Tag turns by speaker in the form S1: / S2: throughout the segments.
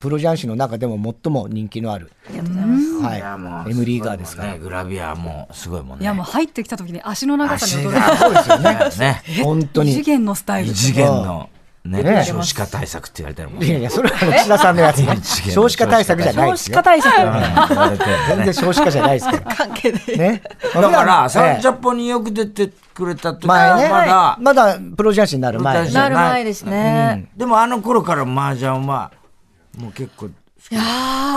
S1: プロ雀士の中でも最も人気のある、はい
S2: やもう
S1: い、M リーガーですから
S2: ね、グラビアもすごいもんね。
S3: いやもう入ってきた時に足の長さに
S2: 足
S3: 驚い
S2: がそ うですよね。ね
S1: 本当
S3: 異
S1: に
S3: 次元のスタイル
S2: 異次元のね
S1: ね
S2: 少子化対策って言われてるもん
S1: い
S2: ね。
S1: やいやそれはあの岸田さんのやつね
S2: 異次元の
S1: 少子化対策じゃない
S4: 少
S1: で
S4: 子
S1: す
S4: 化
S1: よ
S4: 対策
S2: 言われて るよ
S1: 全
S2: ね
S1: 然少子化じゃないですから
S4: 関係で。
S1: ね
S2: だから、サン
S1: え
S2: ジャポによく出てくれた時は
S1: 前ね
S2: まだ、
S1: まだプロ雀士になる前
S2: プロ雀士
S4: なる前ですね。
S2: でもあの頃から麻雀は、もう結構、
S4: いやー、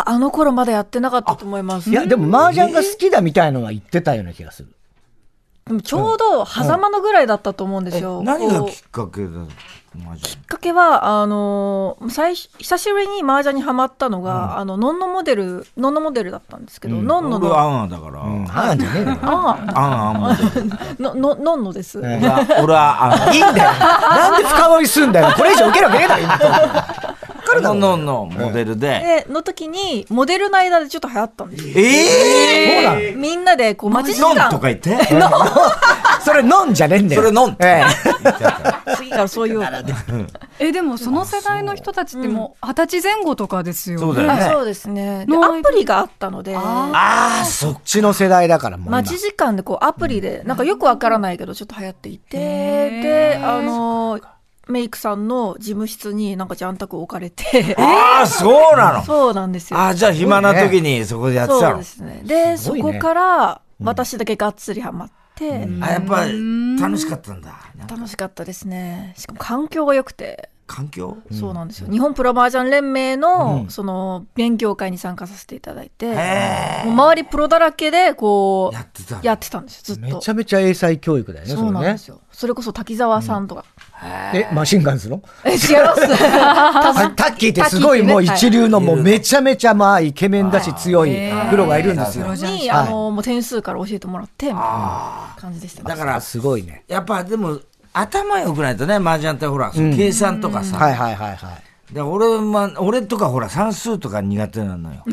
S4: あの頃まだやってなかったと思います。
S1: いや、でも麻雀が好きだみたいのは言ってたような気がする。
S4: でもちょうど狭間のぐらいだったと思うんですよ。
S2: 何が
S4: こう
S2: きっかけだ麻雀
S4: きっかけはあのー最初久しぶりに麻雀にハマったのが、あのノンノモデルノンノモデルだったんですけど、ノンノ
S2: 俺
S4: の
S2: は
S4: あ
S2: アンアンだから、
S1: うん、あんじゃねえのよ。
S4: あ
S2: アンアンも 出てる
S4: ののノンノです、
S1: え
S2: 俺は俺はアンアン
S1: いいんだよ。 なんで深掘りすんだよ。これ以上受けるわけねえだろ、 今
S2: ノンノンのモデルで。
S4: での時にモデルの間でちょっと流行ったんですよ
S2: ええ
S1: そう
S4: みんなでこう待ち時
S2: ノン
S4: 間
S2: とか言って。
S1: なのそれ飲んじゃねえんだよ。
S2: それ飲ん
S1: え
S4: 次からそういう
S3: えでもその世代の人たちってもう二十歳前後とかですよ
S2: そ
S3: ね
S2: うだよね
S4: あそうですねで
S3: ノン
S4: アプリがあったので
S2: ああ、そっ
S1: え。血の世代だから、もう今。
S4: 待ち時間でこうアプリでなんかよくわからないけどちょっと流行っていて
S3: へー
S4: であのーメイクさんの事務室になんかジャンタク置かれて
S2: ああ、そうなの。
S4: そうなんですよ
S2: ああ、じゃあ暇な時にそこでやってた
S4: そう
S2: の
S4: で。すねで、
S1: す
S4: そ
S1: ごいね
S4: こから私だけがっつりハマって、
S2: あやっぱ楽しかったんだ。なんか
S4: 楽しかったですねしかも環境が良くて、
S2: 環境
S4: そうなんですよ日本プロ麻雀連盟の、その勉強会に参加させていただいて、
S2: へえ。
S4: もう周りプロだらけでこう
S2: やってたの。
S4: やってたんですよずっ
S1: め
S4: と
S1: ちゃめちゃ英才教育だよね、
S4: そうなんです
S1: そ
S4: よそれこそ滝沢さんとか、
S1: れね。え、マシンガンズの
S4: え 違います
S1: あタッキーってすごいもう一流のもうめちゃめちゃまあイケメンだし強いプロがいるんですよ
S3: プ。ロ雀士
S4: に、あのもう点数から教えてもらってみたいな感じでしたね
S2: だから、
S1: すごいね。
S2: やっぱでも、頭良くないとね、麻雀ってほら、その計算とか
S1: はい
S2: さ。
S1: はいはいはい。
S2: で俺ま俺とかほら、算数とか苦手なのよ。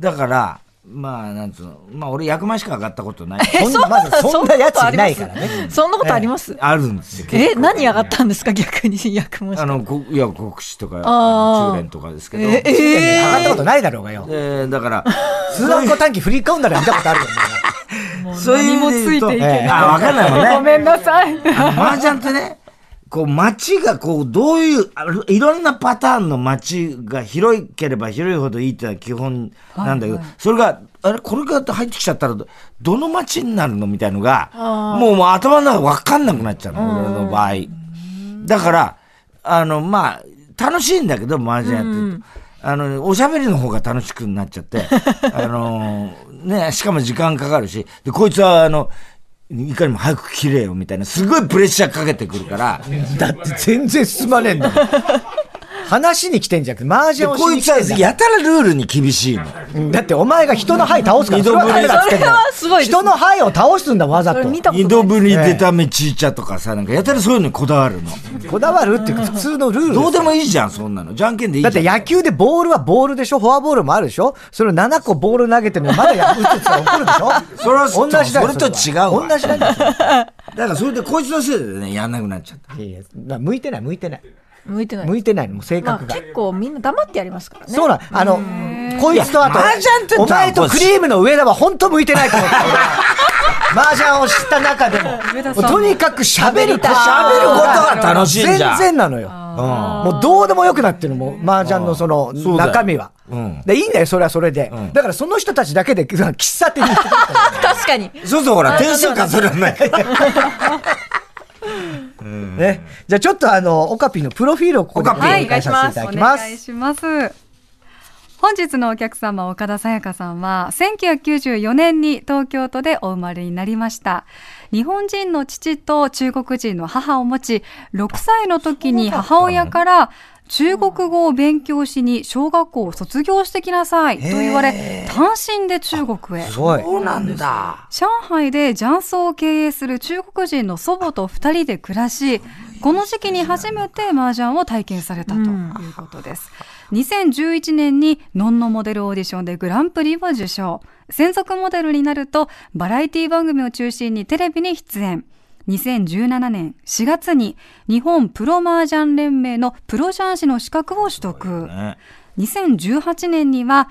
S2: だから、まあ、なんつうの、まあ俺、役満しか上がったことない。
S1: そんな、まずそんなやついないからね。
S4: そんなことあります、
S2: あるんですよ。
S4: え何上がったんですか逆に役もし
S2: あの、こいや、国試とか、
S4: あー
S2: 中連とかですけど。
S1: 上がったことないだろうがよ。
S2: えーだ から、
S1: スワンコ短期振り込んだら見たことあるよね。
S2: そういう意味で言うと、
S3: 何もついていけ
S1: ない
S2: あ、わかんないもんね。
S3: ごめんなさい
S2: 麻雀ってね、こう街がこうどういう、あるいろんなパターンの街が広ければ広いほどいいっていうのは基本なんだけど、それが、あれ、これが入ってきちゃったらど、どの街になるのみたいのが、もうもう頭の中わかんなくなっちゃうの、俺の場合。だから、あの、まあ、楽しいんだけど、麻雀やってると。あの、おしゃべりの方が楽しくなっちゃって、 あのね、しかも時間かかるし、で、こいつは、あの、いかにも早く切れよ、みたいな、すごいプレッシャーかけてくるから、
S1: だって全然進まねえんだもん。話に来てんじゃなくて、麻
S2: で、
S1: 雀をし
S2: こい
S1: に来
S2: つは
S1: てんだ
S2: やたらルールに厳しいの。
S1: うんだってお前が人の牌倒すから、それはダメだっつってんだよ
S4: それはすごいです
S1: 人の牌を倒すんだ、わざ
S4: それ
S1: と。
S4: 見たこと
S2: 二
S4: ない
S2: 度ぶり出た目ちいちゃとかさ、なんかやたらそういうのにこだわる の。
S1: こだわるっていうか、普通のルールです
S2: どうでもいいじゃん、そんなの。じゃんけんでいいじ
S1: だ
S2: ゃ
S1: っ
S2: ん。
S1: て野球でボールはボールでしょフォアボールもあるでしょそれを7個ボール投げてるのにまだや打つって言ったら怒るでしょ
S2: それは
S1: 同じだよ
S2: それと違うわ
S1: 同じなんだよそれ
S2: だからそれでこいつのせいでね、やんなくなっちゃった。
S1: いやいや向いてない、向いてない。
S4: 向いてない
S1: 向いてないの、もう性
S4: まあ
S1: 格が。
S4: 結構みんな黙ってやりますか らね
S1: そうなん、あの、こいつとあと
S2: いや麻雀って、
S1: お前とクリームの上田は本当向いてないと思って俺麻雀を知った中でも、もうとにかく喋ること、
S2: 喋ることが楽しいんじゃん
S1: 全然なのよ。もうどうでもよくなってるもう麻雀のその
S2: そうだよ
S1: 中身は
S2: うん。
S1: で、いいんだよ、それはそれで。だからその人たちだけで、 喫茶店に行ってくるから
S4: 確かに
S2: そうそう、ほら、点数数えら れない。
S1: ね。じゃあちょっとあの、オカピのプロフィールをここで
S2: オカピ
S1: 紹介させていただきます。
S3: お願いします。本日のお客様、岡田さやかさんは、1994年に東京都でお生まれになりました。日本人の父と中国人の母を持ち、6歳の時に母親から、中国語を勉強しに小学校を卒業してきなさいと言われ、単身で中国へ。
S1: すごい。
S2: そうなんだ。
S3: 上海で雀荘を経営する中国人の祖母と2人で暮らしこの時期に初めて麻雀を体験されたということです、2011年にノンノモデルオーディションでグランプリを受賞専属モデルになるとバラエティ番組を中心にテレビに出演2017年4月に日本プロ麻雀連盟のプロ雀士の資格を取得、 2018年には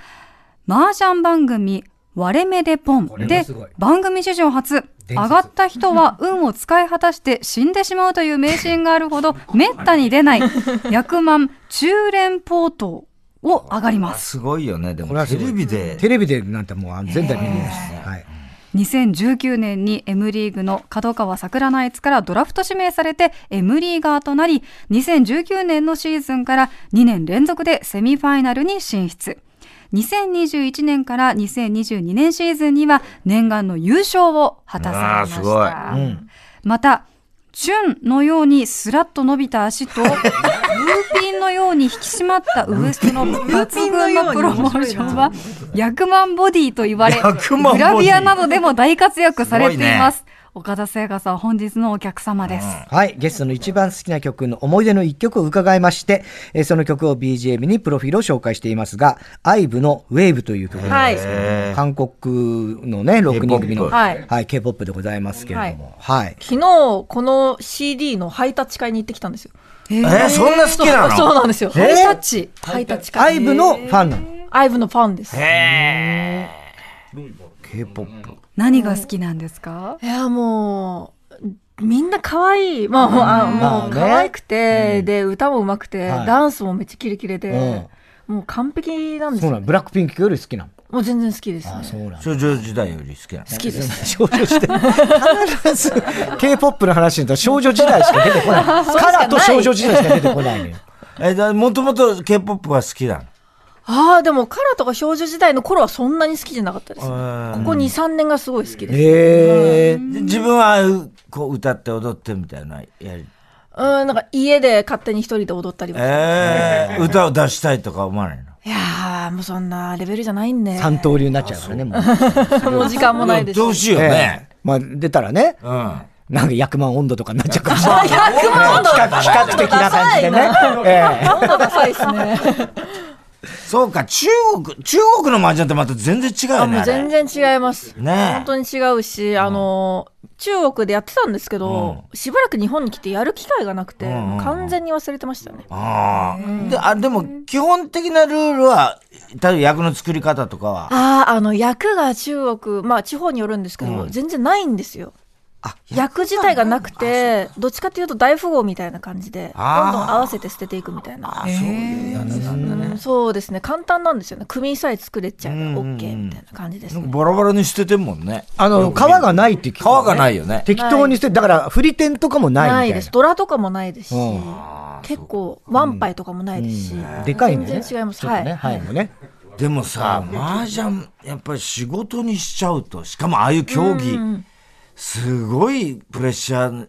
S3: 麻雀番組割れ目でポン
S1: れ
S3: で
S1: はすごい
S3: 番組史上初
S1: 伝説
S3: 上がった人は運を使い果たして死んでしまうという迷信があるほどめったに出 ない役満中連ポートを上がります
S2: すごいよね。で
S1: これ
S2: も、
S1: はす
S2: テ
S1: ごい
S2: レビで。
S1: テレビでなんてもうあの前代未聞ですね。はい。
S3: 2019年に M リーグの角川桜ナイツからドラフト指名されて M リーガーとなり2019年のシーズンから2年連続でセミファイナルに進出2021年から2022年シーズンには念願の優勝を果たされました
S2: あーすごいうん
S3: またチュンのようにスラッと伸びた足とルーピンのように引き締まったウエストの抜群のプロモーションは役満ボディと言われ
S2: 役満ボ
S3: グ
S2: ディ
S3: ラビアなどでも大活躍されています。岡田聖華さん、本日のお客様です。
S1: はい、ゲストの一番好きな曲の思い出の一曲を伺いまして、えーその曲を BGM にプロフィールを紹介していますが、IVE の Wave という曲で
S4: はい。
S1: 韓国のね、6人組の、
S2: K-POP
S4: はい
S1: はい、K-POP でございますけれども、はい。
S4: 昨日、この CD のハイタッチ会に行ってきたんですよ。
S3: え
S2: えー、そんな好きなの
S4: そうなんですよ。
S3: ハイタッチ。
S4: ハイタッチ会。
S1: IVE のファンなの。
S4: アイブのファンです。
S2: K-POP。
S3: 何が好きなんですか
S4: いや、もう、みんな可愛い。まあ、もうあ、
S1: ま
S4: も
S1: あ
S4: う
S1: ね
S4: 可愛くて、で、歌も上手くて、
S1: はい
S4: ダンスもめっちゃキレキレで、もう完璧なんです
S1: そう
S4: よ
S1: なの、ブラックピンクより好きなの。
S4: もう全然好きですね。
S1: そうなの。
S2: 少女時代より好きなの
S4: 好きです。
S1: 少女時代。必ず K-POP の話にと少女時代しか出てこない。カラーと少女時代しか出てこないのよ。
S2: え、だもともと K-POP は好きな
S4: ああ、でも、カラーとか少女時代の頃はそんなに好きじゃなかったですね。こ
S2: の。
S4: こ2、3年がすごい好きです。
S1: へえ。
S2: で自分はうこう歌って踊ってみたいなやり。
S4: うん、なんか家で勝手に一人で踊ったりもして
S2: えー、歌を出したいとか思わないの
S4: いやー、もうそんなレベルじゃないんで。
S1: 三刀流になっちゃうからね、もう。
S4: もう時間もないです
S2: やってほ
S4: し。
S2: しいよね。
S1: ええ まあ、出たらね、
S2: うん。あ
S1: なんか役満温度とかになっちゃうかもしれない。
S4: 100万
S1: 比較比較的な感じでね。ええ
S4: のダサいですね。
S2: そうか、中国、中国の麻雀ってまた全然違うよ
S4: あ
S2: ね。
S4: もう
S2: あれ
S4: 全然違います。
S2: ねえ
S4: 本当に違うし、あの、中国でやってたんですけど、しばらく日本に来てやる機会がなくて、
S2: んうん
S4: 完全に忘れてましたね。
S2: ああ。で、あ、でも、基本的なルールは、例えば役の作り方とかは。
S4: ああ、あの、役が中国、まあ地方によるんですけど、全然ないんですよ。役自体がなくて、どっちかっていうと大富豪みたいな感じで、ど
S2: あー
S4: んどん合わせて捨てていくみたいな。
S2: あ、そういうやつなんだね。
S4: うんそうですね、簡単なんですよね。組さえ作れちゃえば
S2: うんうんうん
S4: OK みたいな感じです
S2: なん
S4: ね。
S2: かバラバラに捨ててんもんね。
S1: あの、皮がないって聞く
S2: 皮がないよね。
S1: 適当にして、だから、振り点とかもな
S4: ない
S1: み
S4: い
S1: た
S4: で
S1: い
S4: す。ドラとかもないですし、
S1: うん
S4: 結構、ワンパイとかもないですし。
S1: な。でかいんだよね。
S4: 全然違います
S1: ちょっとね、
S4: は
S1: はいい。もね。
S2: でもさ、麻雀、やっぱり仕事にしちゃうと、しかもああいう競技、すごいプレッシャー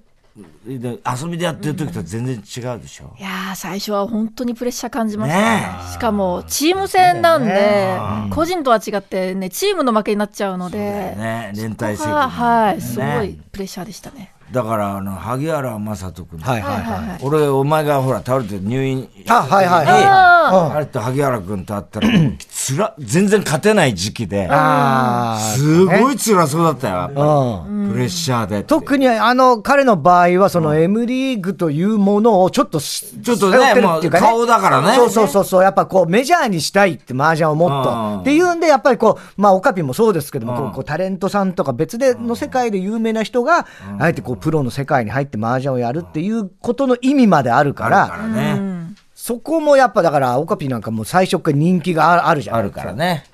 S2: で、遊びでやってる時とは全然違うでしょ。
S4: いやー、最初は本当にプレッシャー感じました、
S2: ね
S4: ね。しかも、チーム戦なんで、個人とは違ってね、チームの負けになっちゃうので、
S2: ね、連帯責任、
S4: ははい、すごい
S2: ね
S4: プレッシャーでしたね。
S2: だから、あの、萩原正人君。
S1: はいはいはい。
S2: 俺、お前がほら、倒れて入院。
S1: あ、はいはい
S2: ええ
S1: はい。
S2: あれと萩原君と会ったら、つら、全然勝てない時期で、
S1: あ
S2: すごい辛そうだったよ、やっぱり
S1: あ。うん。
S2: プレッシャーで。
S1: 特にあの彼の場合はその M リーグというものをちょっとし
S2: ちょっとね
S1: 背負てるっていうか
S2: もう顔だからね
S1: そうそうそうそうやっぱこうメジャーにしたいって麻雀をもっ
S2: うん
S1: とっていうんでやっぱりこうまあオカピもそうですけどもこうこうタレントさんとか別での世界で有名な人があえてこうプロの世界に入って麻雀をやるっていうことの意味まであるか
S2: あるかららね。
S1: そこもやっぱだからオカピなんかもう最初から人気がああるじゃん
S2: あるからね。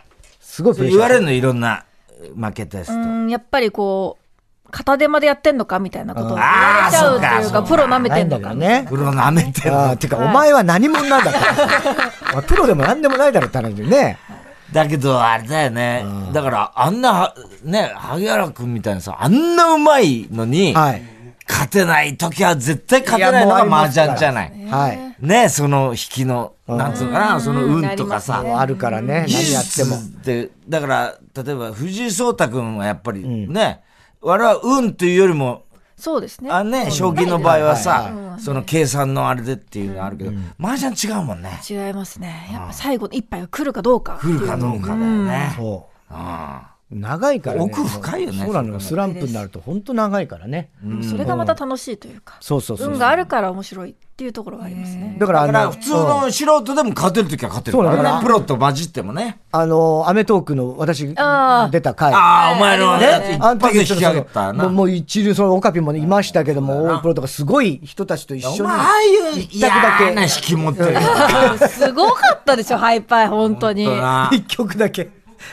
S1: すごいプレッシ
S2: 言
S1: ャー
S2: われるのいろんな負けテスト。
S4: うん、やっぱりこう、片手間でやってんのかみたいなことを言わ
S2: あー
S4: れちゃうと
S2: そ
S4: いうう
S2: か
S4: か、プロ舐め
S1: な
S4: て
S1: いん
S4: ん
S1: だ
S4: の
S1: け
S4: か
S1: ど
S4: みたいな。
S1: ね
S2: 黒舐めてる
S1: ああ、てか、お前は何者なんだって。お前 プロでも何でもないだろって話でね。
S2: だけど、あれだよね。だから、あんなは、ね、萩原君みたいなさ、あんなうまいのに、
S1: はい。
S2: 勝てない時は絶対勝てないの
S1: いやもう
S2: が
S1: あり
S2: 麻
S1: ますから
S2: 雀じゃない。
S1: はい。
S2: ね、その引きの、なんつうのかな、その運とかさ。
S1: もうあるからね、
S2: 技
S1: 何やって
S2: 術
S1: も。
S2: でだから例えば藤井聡太君はやっぱりね、我々は運というよりも
S4: そうですね。
S2: あね将棋の場合は
S1: は
S2: さ
S1: い、
S2: その計算のあれでっていうのがあるけど、麻雀違うもんね
S4: 違いますね。やっぱ最後の一杯が来るかどうか。
S2: 来るかどうかだよね、
S1: そう。長いからね
S2: 奥深いよね
S1: そうなのよスランプになると本当長いからね、
S4: それがまた楽しいというか、
S1: そうそうそう
S4: 運があるから面白いっていうところがありますね。
S1: だからあ
S2: だ
S1: の
S2: から普通の素人でも勝てるときは勝てる
S1: そうだ
S2: か
S1: からら
S2: ね。プロと混じってもね。
S1: あの、アメトークの私
S4: あー
S1: 出た回。
S2: ああ、お前のね、
S1: ね
S2: 一、
S1: あの時
S2: 発
S1: は
S2: で引
S1: ち
S2: き
S1: ょっ
S2: 上げ
S1: と
S2: た
S1: そのも
S2: な。
S1: う
S2: お
S1: もう一流、そのオカピもいましたけども、
S2: そうだな
S1: 大プロとかすごい人たちと一緒に。
S2: 前、ああいう、いや
S1: 択だけ
S2: ーな引き持ってる。
S4: すごかったでしょ、ハイパイ、本当に。
S2: そう
S4: あ
S2: だな
S1: 一曲だけ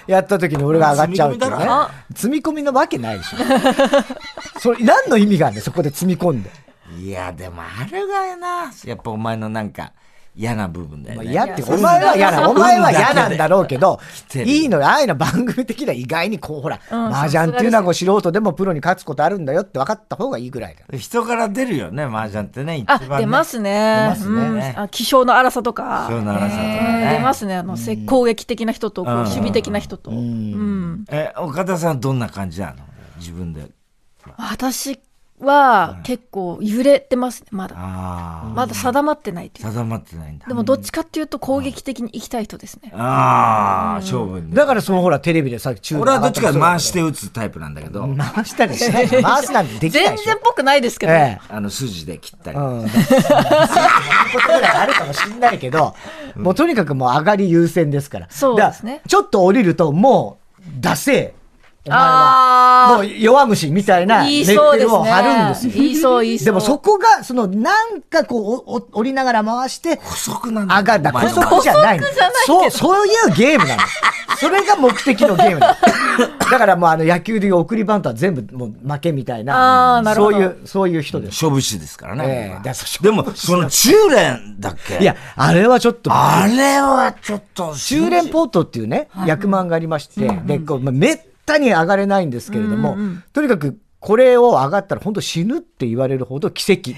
S1: やった時に俺が上がっちゃうっていうね
S2: 積み込みだ
S4: ろ
S1: 積み込みなわけないでしょ それ何の意味があるんだよそこで積み込んで、
S2: いや、でもあれがな、やっぱお前のなんか、嫌な部分だよ
S1: まあ、
S2: ね。
S1: 嫌ってお前は嫌なお前は嫌なんだろうけど
S2: てる
S1: いいのよああいうの番組的には意外にこうほら、麻雀っていうのはこう素人でもプロに勝つことあるんだよって分かった方がいいぐらいだ
S2: 人から出るよね、麻雀ってね、一番、ね。。
S4: 出ますすね。
S2: 出
S4: う
S2: ます
S4: ん
S2: ね
S4: あ気性の荒さとか。
S2: そうならさとか
S4: うん
S2: ね。
S4: 出ますね。あの、せ攻撃的な人と、こう
S2: うん
S4: 守備的な人と。うん
S2: え、岡田さんはどんな感じなの自分で。
S4: 私は結構揺れてますね、まだ。
S2: あ
S4: まだ定まってないと
S2: あ、
S4: いうか。
S2: 定まってないんだ。
S4: でも、どっちかっていうと攻撃的に行きたい人ですね。
S2: ああ、勝負に。
S1: だからそのほらテレビでさ中
S2: 俺はどっちか回してて打つタイプなんだけど、
S1: 回したりしない回すなんてできない
S4: 全
S1: でしょ
S4: 然っぽくないですけど。
S1: ええ
S2: あの筋で切ったり。
S1: うん。ことぐらいあるかもしんないけど、もうとにかくもう上がり優先ですから。
S4: そうですね
S1: だからちょっと降りると、もう、出せお前は。も
S4: あ
S1: う弱虫みたいな
S4: あ、
S1: レ
S4: 言い
S1: ッテル
S4: そうです
S1: を貼るんです
S4: ね。
S1: よ。
S4: 言いそう、言いそう。
S1: でもそこが、その、なんかこうお、お降りながら回して、
S2: 細くなんだ。
S1: 上がる。だ
S2: お前
S1: こ
S2: の
S1: そこじゃないの。そう、そういうゲームなの。それが目的のゲーム なの。だからもうあの野球でいう送りバントは全部もう負けみたい
S4: あ
S1: な
S4: ー、なる
S1: そ
S4: ほ
S1: う
S4: ど
S1: いう、そういう人です。
S2: 勝負師ですから
S1: ええ
S2: ね。僕は
S1: だそう
S2: でも、その中連だっけ
S1: いや、、あれはちょっと、
S2: あれはちょっと、
S1: 中連ポートっていうね、役満がありまして、で、こう、まあ、めったに上がれないんですけれども、とにかく、これを上がったら本当死ぬって言われるほど奇跡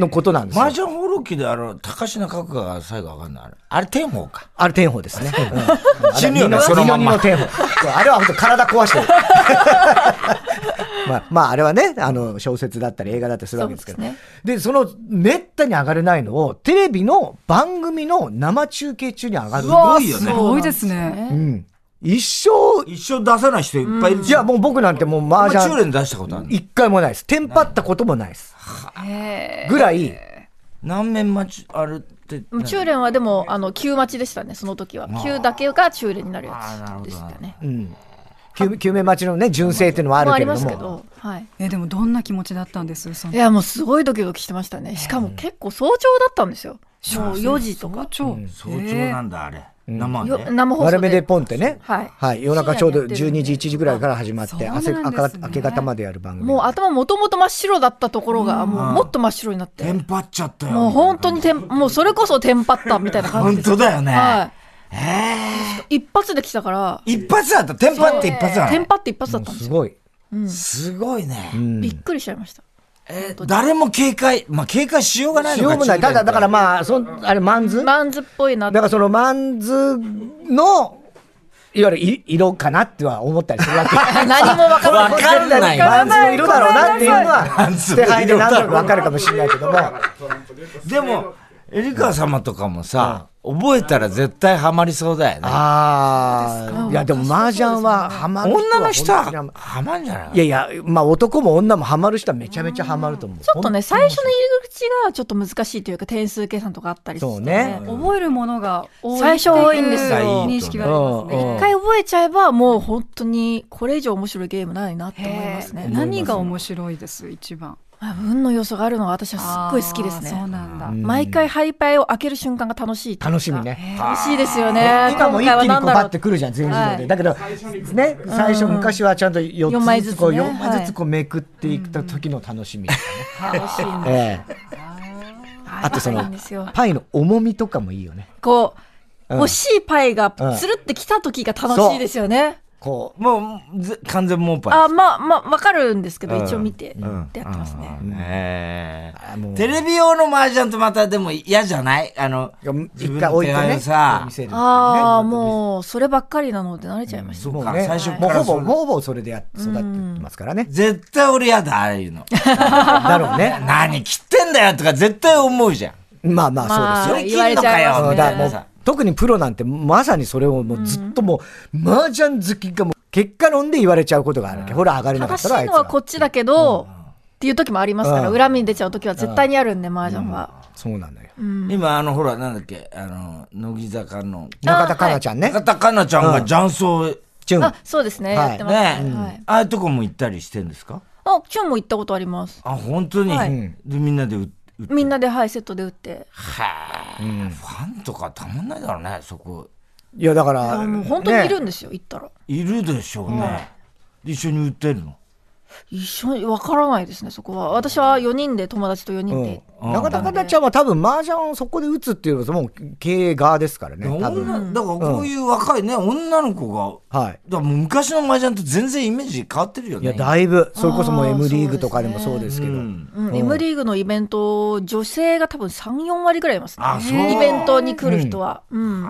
S1: のことなんですよ
S2: マー。ジャン放浪記であの、高階角川が最後上がるのあれ。あれ、天宝か。
S1: あれ、天保です ね。
S2: 死ぬよね
S1: あれ
S2: そのまんま
S1: 二の二の天保。そうあれは本当体壊 してる。まあ、まあ、あれはね、あの、小説だったり映画だったりするわけですけど。
S4: そう
S1: で
S4: です
S1: その、めったに上がれないのを、テレビの番組の生中継中に上がる。
S2: わすごいよね
S3: すごいですね。
S1: うん。一生、
S2: 一生出さない人いっぱいいる
S1: いや、もう僕なんてもう
S2: お
S1: 麻
S2: 前中
S1: 雀、
S2: 連出したことあるの
S1: 一回もないです。テンパったこともないです。ぐらい、
S2: 何面待ち、あれって。
S4: でも中連はでも、あの、旧待ちでしたね、その時は。旧だけが中連になるやつでしたね。
S1: うん。救救命待ちのね、純正っていうのはあ
S4: まあ、
S1: るけれ
S4: ありま
S1: ど
S4: すけ
S1: も。
S4: ど、はい。
S3: え、でもどんな気持ちだったんですその
S4: いや、もうすごいドキドキしてましたね。しかも結構早朝だったんですよ。もう4時と
S3: 早
S4: か。
S3: 朝。
S2: 早朝なんだ、あれ。生
S4: よ
S2: で。
S4: 生放
S1: 悪
S4: 送
S1: め
S4: で
S1: で。ポンってね。
S4: はい
S1: 夜中ちょうど
S4: 深夜に
S1: 12
S4: やってる
S1: 時、
S4: んで
S1: 1時ぐらいから始まっ
S3: そう
S1: て、
S3: なん
S1: 汗
S3: です
S1: 明か
S3: ね
S1: 明け方までやる番組。
S4: もう頭もともと真っ白だったところが、もうもっと真っ白になって
S2: テ。ンパっちゃったよ。
S4: もう本当にテン、もうそれこそテンパったみたいな感じ
S2: 本
S4: です。
S2: 当だよね。
S4: は
S2: え
S4: い。一発で来たから、
S2: え一発だった。テンパって一発だ
S4: テン
S2: ね。
S4: パって一発だったんです
S1: す
S4: よ。
S1: ごい。
S2: すごいね。
S4: びっくりしちゃいました。
S2: えー誰も警戒、まあ警戒しようがない
S1: し
S2: の
S1: よ
S2: か
S1: うもない。ただ、だからまあ、そんあれ、マンズだか
S4: マンズっぽいな
S1: らそのマンズの、いわゆるい色かなっては思ったりするわけ。
S4: 何も分から
S2: わ
S4: ない。
S2: かんない。
S1: マンズの色だろうなっていうの
S2: マン
S1: は、
S2: ズ
S1: 捨て
S2: の色だろう
S1: 牌で何となくわかるかもしれないけども。
S2: でも、エリカ様とかもさ、覚えたら絶対ハマりそうだよね。
S1: ああ、いやでも麻雀はハマる人は
S2: 女の人
S1: 本当にハ
S2: は
S1: マ
S2: ハマんじゃない
S1: いやいや、まあ男も女もハマる人はめちゃめちゃハマると思う。
S4: ちょっとね、最初の入り口がちょっと難しいというか、点数計算とかあったりして、
S1: そうね
S3: 覚えるものが多い
S4: 最初多いんですよ
S3: っていう認識があります
S1: うん
S3: ね。
S4: 一回覚えちゃえば、もう本当にこれ以上面白いゲームないなって思います
S3: へ
S4: ね
S3: ー。何が面白いです一番。
S4: あ運の要素があるのは私はすっごい好きで
S3: あ
S4: す
S3: ーそう
S4: ね。
S3: なんだ。
S4: 毎回ハイパイを開ける瞬間が楽しいっていうか
S1: 楽しみ。ね。
S4: 楽しいですよね。
S1: 今も一気にこう
S4: 今回は何だろ
S1: パッてくるじゃん、全自動
S4: は
S1: で。
S4: い
S1: だけど、ね、最初昔はちゃんと
S4: 四
S1: 4
S4: 枚
S1: つ
S4: ず
S1: ず
S4: つ
S1: つ
S4: ね
S1: こう、4枚
S4: はい
S1: ずつこうめくっていった時の楽しみ。
S4: う楽しいんだ。
S1: ええ
S4: あ
S1: とその
S4: いいんですよ。
S1: パイの重みとかもいいよね。
S4: こう、
S1: うん
S4: 欲しいパイが
S1: うん
S4: つるってきた時が楽しいですよね。
S1: こう、
S2: もう、ぜ完全モンパイ。
S4: あ、まあまあ、わかるんですけど、一応見て、
S2: うん
S4: ってやってますね。
S2: うんええ
S1: あもう
S2: テレビ用の麻雀とまたでも嫌じゃないあの、自分
S1: 一
S2: の
S1: 回置いて
S2: 手紙
S1: ね
S2: を、さ
S1: 見、せる。
S4: ああ、もう、そればっかりなので慣れちゃいました。
S1: もう
S2: か
S1: ね、
S2: 最初
S1: もう
S2: か
S1: ほ
S2: らそ
S1: ぼ、
S2: う
S1: ほぼそれでやっ育ってますからね。
S2: 絶対俺嫌だ、ああいうの。
S1: だろうね。
S2: 何切ってんだよとか絶対思うじゃん。
S1: まあまあ、そう
S2: そ
S1: ですよ。
S2: れ切んのか
S4: あ
S1: う
S2: よ
S1: ん
S2: み
S1: だ
S2: た
S1: から
S2: い
S1: も
S2: な
S1: う
S2: さ。
S1: 特にプロなんてまさにそれをもうずっともう、麻雀好きがもう結果論で言われちゃうことがあるわけ。ほら、上がれなかった
S4: 正
S1: ら
S4: し
S1: あ
S4: い
S1: いつ
S4: のは
S1: は。
S4: こっちだけど、っていう時もありますから、
S1: うん
S4: 恨みに出ちゃう時は絶対にあるんで、麻雀は。
S1: そうなんだよ。
S2: 今、あの、ほら、なんだっけ、あの、乃木坂の、
S1: 中田香奈ちゃんね。
S2: 中田香菜ちゃんが雀荘、
S1: チュン
S4: あ、そうですね、
S1: はい
S4: やってます
S2: ね、
S4: ね。は
S2: うん
S4: い。
S2: ああいうとこも行ったりしてんですか
S4: あ、今日も行ったことあります。
S2: あ、本当に、
S4: はい
S2: で、みんなで打打って。
S4: みんなで、はい、セットで打って。
S2: はあファンとかたまんないだろうね、そこ。
S1: いや、だか
S4: あ
S1: ら、
S4: もう本当にい
S1: ね
S4: るんですよ、行ったら。
S2: いるでしょうね。で一緒に打ってるの。
S4: 一緒に、わからないですね、そこは。私は4人で、友達と4人で。
S2: うん
S1: 中田香奈ちゃんは多分、麻雀をそこで打つっていうのは、もう経営側ですからね。多分。
S2: 女だからこういう若いね、女の子が、
S1: はい。
S2: だからもう昔の麻雀と全然イメージ変わってるよ
S1: い
S2: ね。
S1: や、だいぶ、それこそもう
S4: あー
S1: M リーグとかでもそうですけど。
S4: うん、M リーグのイベント、女性が多分3、4割ぐらいいますね。
S2: あそう
S4: イベントに来る人は。うん。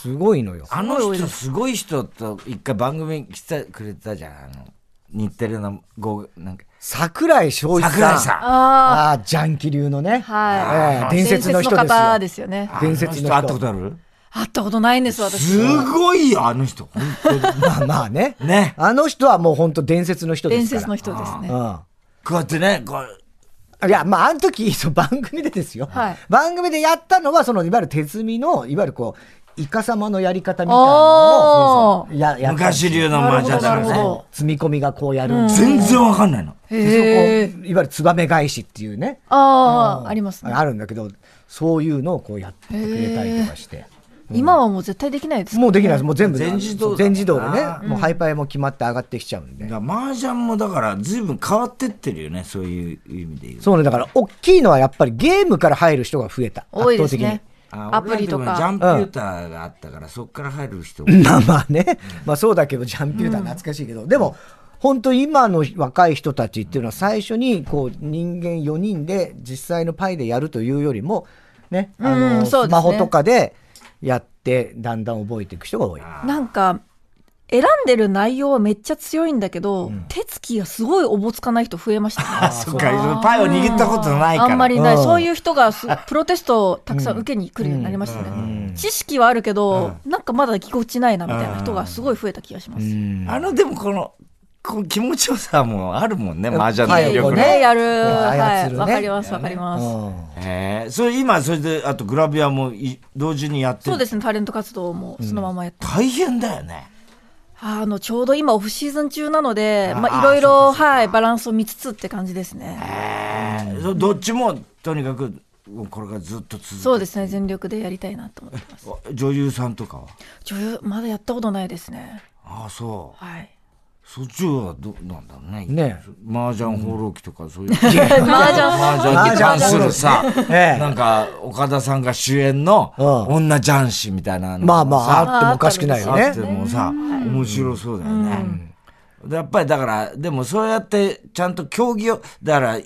S1: すごいのよ。
S2: あの人すごい人と一回番組来てくれてたじゃん。あの日テレのごなんか
S1: 桜井翔一さん。
S2: 桜井さん。
S4: あ
S1: ああ、ジャンキ流のね。
S4: あ、は
S1: ええ
S4: い、
S1: 伝説の人ですよ
S4: 方ですよね。
S1: 伝説の
S2: あの
S1: 人
S2: 人会ったこ。とある？
S4: 会ったことないんです、私。
S2: すごいよあの人。本当に
S1: まあまあね。
S2: ね
S1: あの人はもう本当伝説の人で
S4: 伝
S1: すから。
S4: 説の人ですね。
S2: こうやってねこう
S1: うん。いや、まあ、あの時、 そう番組でですよ、
S4: はい
S1: 番組でやったのは、その、いわゆる手積みの、いわゆるこう、イカ様のやり方みたいなのを
S4: おー、
S1: そうそうや、やったんです
S2: 昔
S1: よ
S2: 流の麻雀だから
S4: なるほどなるほ
S2: ね。
S4: ど
S1: 積み込みがこうやるんですよ
S2: 全然わかんないの。
S4: へ
S1: でそこ、いわゆるツバメ返しっていうね、
S4: ああ、ありますね。
S1: あるんだけど、そういうのをこうやってくれたりとかして。
S4: 今はもう絶対できないですから
S1: もうできないです。もう全部。
S2: 全自動だ
S1: 全自動でね
S2: あ。
S1: もうハイパイも決まって上がってきちゃうんで。
S2: だから麻雀もだから随分変わってってるよねそういう意味で言うと。
S1: そうね。だから、大きいのはやっぱりゲームから入る人が増えた。
S4: 多いです
S1: 圧倒
S4: ね。
S2: あ
S4: アプリと
S2: 俺らの時
S4: か。
S2: もジャンピューターがあったから、そっから入る人も。
S1: 的に。ま あまあね。まあそうだけど、ジャンピューター懐かしいけど。でも、本当今の若い人たちっていうのは最初に、こう、人間4人で実際のパイでやるというよりも、ね、あ
S4: う
S1: の、
S4: んそ
S1: ス
S4: うですね
S1: マホとかでやって、だんだん覚えていく人が多い。
S4: なんか、選んでる内容はめっちゃ強いんだけど、手つきがすごいおぼつかない人増えましたね。
S2: あ、そっか、パイを握ったことないから。
S4: あんまりない、
S1: うん
S4: そういう人がすプロテストをたくさん受けに来るようになりましたね、知識はあるけど、なんかまだぎこちないなみたいな人がすごい増えた気がします、
S2: あの、でもこの、この気持ちよさもあるもんね、麻雀の
S1: は
S2: 魅
S1: い
S4: で
S2: 力
S1: こう
S2: ね。
S1: ね
S4: やるは
S1: 操る
S4: い
S1: ね
S4: わ、かりますわかります、
S1: うん
S2: へえ。それ今、それで、あとグラビアもい同時にやってる。
S4: そうですねタレント活動もそのままやって、
S2: 大変だよね。
S4: あのちょうど今オフシーズン中なので
S2: あ
S4: ま
S2: あ
S4: あいろい
S2: そう
S4: ろ
S2: かそうか
S4: はいバランスを見つつって感じですね
S2: へえ。そどっちも、とにかく、もうこれからずっと続く。
S4: そうですね全力でやりたいなと思ってます
S2: 女優さんとかは。
S4: 女優まだやったことないですね
S2: ああ、そう。
S4: はい
S2: そっちはどうなんだろうね。
S1: ね
S2: 麻雀放浪記とかそういう。麻雀に関するさ、
S1: ええ
S2: なんか、岡田さんが主演の
S1: うん
S2: 女雀士みたいなの
S1: まあま
S2: さ
S1: あ、あってもおかしくないよ
S2: あっ
S1: ね
S2: て。もさ、面白そうだよね。でやっぱりだから、でもそうやってちゃんと競技を、だから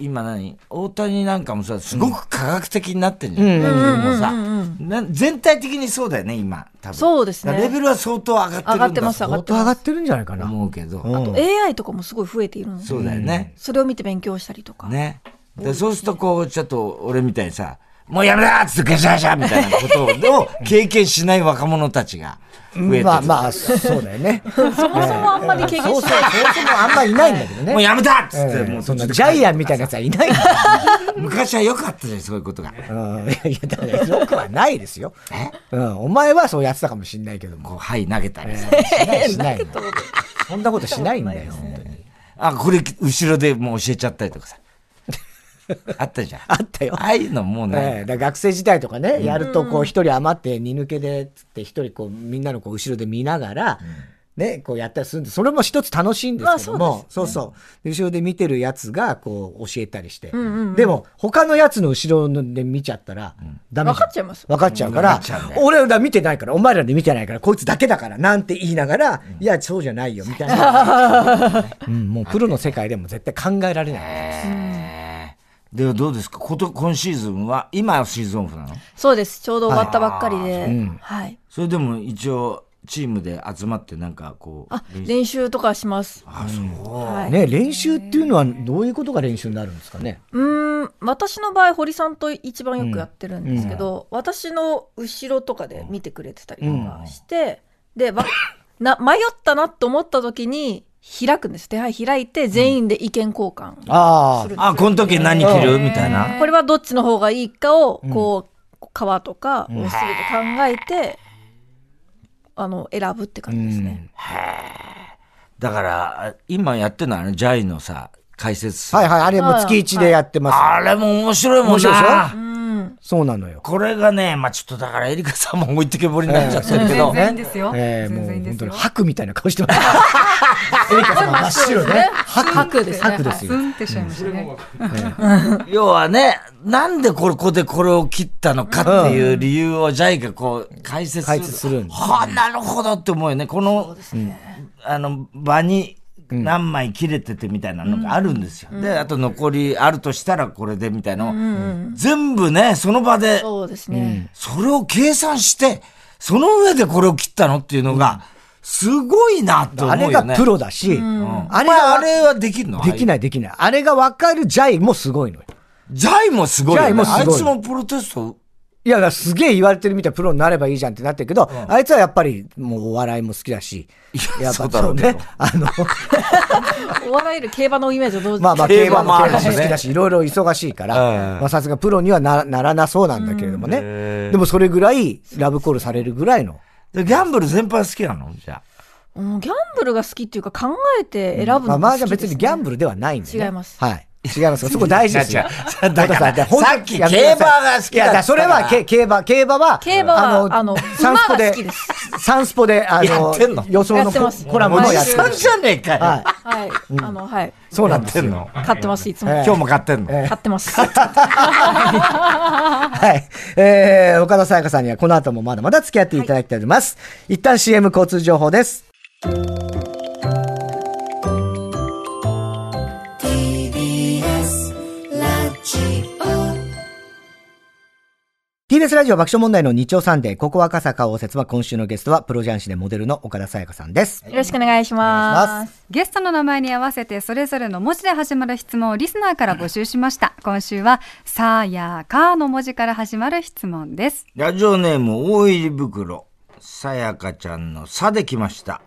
S2: 今何大谷なんかもさ、すごく科学的になってんじゃん。もうさな全体的にそうだよね、今。多分
S4: そうですね
S2: だからレベルは相当上がってるんだ
S4: 上がってます上が
S1: 相
S4: って
S1: 当上が
S4: ま
S1: っ
S4: す
S1: てるんじゃないか
S2: と
S1: な。
S2: 思うけど、
S4: AI とかもすごい増えているので
S2: そうだよね。
S4: それを見て勉強したりとか、
S2: ね。でそうすると、こう、ちょっと、俺みたいにさ、もうやめだっつってガシャガシャみたいなことをを経験しない若者たちが増えてる。
S1: まあまあ、そうだよ ね。
S4: そもそもあんまり経験
S1: そうそう、
S4: し
S1: そ
S4: ない、
S1: もそもあんまいないんだけどね。
S2: もうやめだっつっ
S1: え
S2: て、
S1: え
S2: もう
S1: そんな
S2: 途中で
S1: ジャイアンみたいなやつはいないんだよ。
S2: 昔は良かったじゃん、そういうことが。
S1: うんいやいや、だからよくはないですよ。うん、お前はそうやってたかもしれないけど も。
S2: こう、はい、投げたりさ。
S1: しない、しない。そんなことしないんだよ、本当に。
S2: あ、これ、後ろでもう教えちゃったりとかさ。あったじゃん。あ
S1: ったよ
S2: ああいうのもう
S1: ええ
S2: ね
S1: だ、から学生時代とかね、やるとこう一人余って二抜けでっつって一人こうみんなのこう後ろで見ながら、ね、こうやったりするんで、それも一つ楽しいんですけども、そうそうで後ろで見てるやつがこう教えたりして、でも他のやつの後ろで見ちゃったら、ダメじん
S4: 分かっちゃいます
S1: 分かっちゃうから、
S2: 分かっちゃうね
S1: 俺ら見てないから、お前らで見てないから、こいつだけだから、なんて言いながら、いや、そうじゃないよ、みたいな。 うん、もうプロの世界でも絶対考えられない。
S2: えーではどうですかこと、今シーズンは、今はシーズンオフなの
S4: そうですちょうど終わったばっかりで、はい
S2: それでも一応、チームで集まってなんかこう、
S4: あ練習とかします
S2: あ、そう。
S4: はい、
S1: ね、練習っていうのはどういうことが練習になるんですかね。
S4: うーん私の場合堀さんと一番よくやってるんですけど、私の後ろとかで見てくれてたりとかして、でわな迷ったなと思った時に開くんです手配開いて全員で意見交換、
S2: ああ、あ、この時何着るみたいな。
S4: これはどっちの方がいいかをこう、皮とかおむすびで考えて、あの選ぶって感じですね、
S2: だから、今やってんのはね、ジャイのさ、解説する
S1: はいはい、あれも月1でやってます。
S2: あれも面白いもんな。
S1: そうなのよ。
S2: これがね、まあちょっとだからエリカさんも置いてけぼりになっちゃってるけど、
S3: 全然いいですよ。
S1: えー、も
S3: 全
S1: う
S3: 然いいで
S1: 本
S3: す
S1: 当に
S3: よ。
S1: 吐くみたいな顔してます。 エリカさんが真っ白ね。吐く。
S4: 白ですね
S1: 白です
S3: ス
S1: よ。
S3: ンってしちゃいましたね。
S2: 要はね、なんでここでこれを切ったのかっていう理由をジャイがこう解説する。
S1: 解説するんです
S2: はあ、なるほどって思うよね。この、あの、場に何枚切れててみたいなのがあるんですよ。で、あと残りあるとしたらこれでみたいなのを、全部ね、その場で、
S4: そうですね、
S2: それを計算して、その上でこれを切ったのっていうのが、すごいなって思
S1: あ
S2: うよ
S1: れ
S2: ね。
S1: がプロだし、あ
S2: あ
S1: れ
S2: れは、あ
S1: が、
S2: れはできるの
S1: でき
S2: い。
S1: ないできない。あれが分かるジャイもすごいのよ。
S2: ジャイもすごいよね。
S1: ジャイもすごい
S2: あいつもプロテスト
S1: いや、だからすげえ言われてるみたいプロになればいいじゃんってなってるけど、あいつはやっぱりもうお笑いも好きだし、やっ
S2: そ
S1: ぱ
S2: うだろうね。
S1: あの、
S4: お笑いる競馬のイメージをどう
S1: まあまあ競
S2: 競
S1: 馬
S2: 馬
S1: も
S2: も
S1: 競馬
S2: ある
S1: も
S2: し
S1: 好きだし、いろいろ忙しいから、
S2: うん
S1: まあさすがプロにはなならなそうなんだけれどもね。でもそれぐらいラブコールされるぐらいの。
S2: でギャンブル全般好きなのじゃ
S4: うんギャンブルが好きっていうか考えて選ぶ
S1: まあ
S4: の
S1: まあじ
S4: が好
S1: ゃ
S4: き
S1: 別
S4: です、
S1: に
S4: ね
S1: ギャンブルではないんで、ね。
S4: 違います
S1: はい。違います。そこ大事ですよ。
S2: あ。だから
S1: だっ
S2: さ
S1: て本当に
S2: っき競
S1: や
S2: 馬
S1: めてくだ
S2: が好
S1: い
S2: き
S1: や、だからそれは
S2: 競
S1: け競馬、競馬は、
S4: 競馬はあの
S1: サンスポ
S4: 馬
S1: で
S4: が好きです、
S1: サンスポで、あ
S2: や
S1: の
S2: ってんの、
S1: 予想
S4: や
S1: の
S4: って
S1: コ
S4: ます
S1: コラム
S2: 馬
S1: も
S2: お
S1: や
S2: じ
S1: って
S2: さん
S1: る。
S2: じゃねえかよ。
S1: はい。
S4: はい、あのはい
S1: そうなん
S2: や
S1: で
S2: っ
S1: す
S2: てん
S1: よ。
S2: の
S4: 買ってますいつも、
S1: ええ
S2: 今日も買ってんの、
S1: え
S4: 買ってます
S1: はい。えー、岡田沙耶香さんにはこの後もまだまだ付き合っていただいております。一旦 CM 交通情報です。TBS ラジオ爆笑問題の日曜サンデー、ここ赤坂応接は今週のゲストは、プロジャン誌でモデルの岡田沙耶香さんです。
S4: よろしくお願いします。
S3: ゲストの名前に合わせてそれぞれの文字で始まる質問をリスナーから募集しました。今週は、さあやかの文字から始まる質問です。
S2: ラジオネーム大入り袋。さやかちゃんのさできました。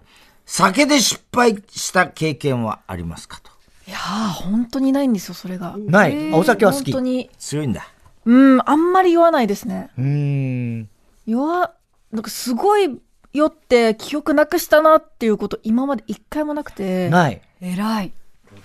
S2: 酒で失敗した経験はありますかと。
S4: いやー、本当にないんですよ、それが。
S1: ない。あお酒は好
S4: 本
S1: き。
S4: 当
S1: う
S4: に。
S2: 強いんだ。
S4: うん、あんまり酔わないですね。
S1: ーん。
S4: 弱、なんかすごい酔って記憶なくしたなっていうこと、今まで一回もなくて。
S1: ない。
S3: 偉い。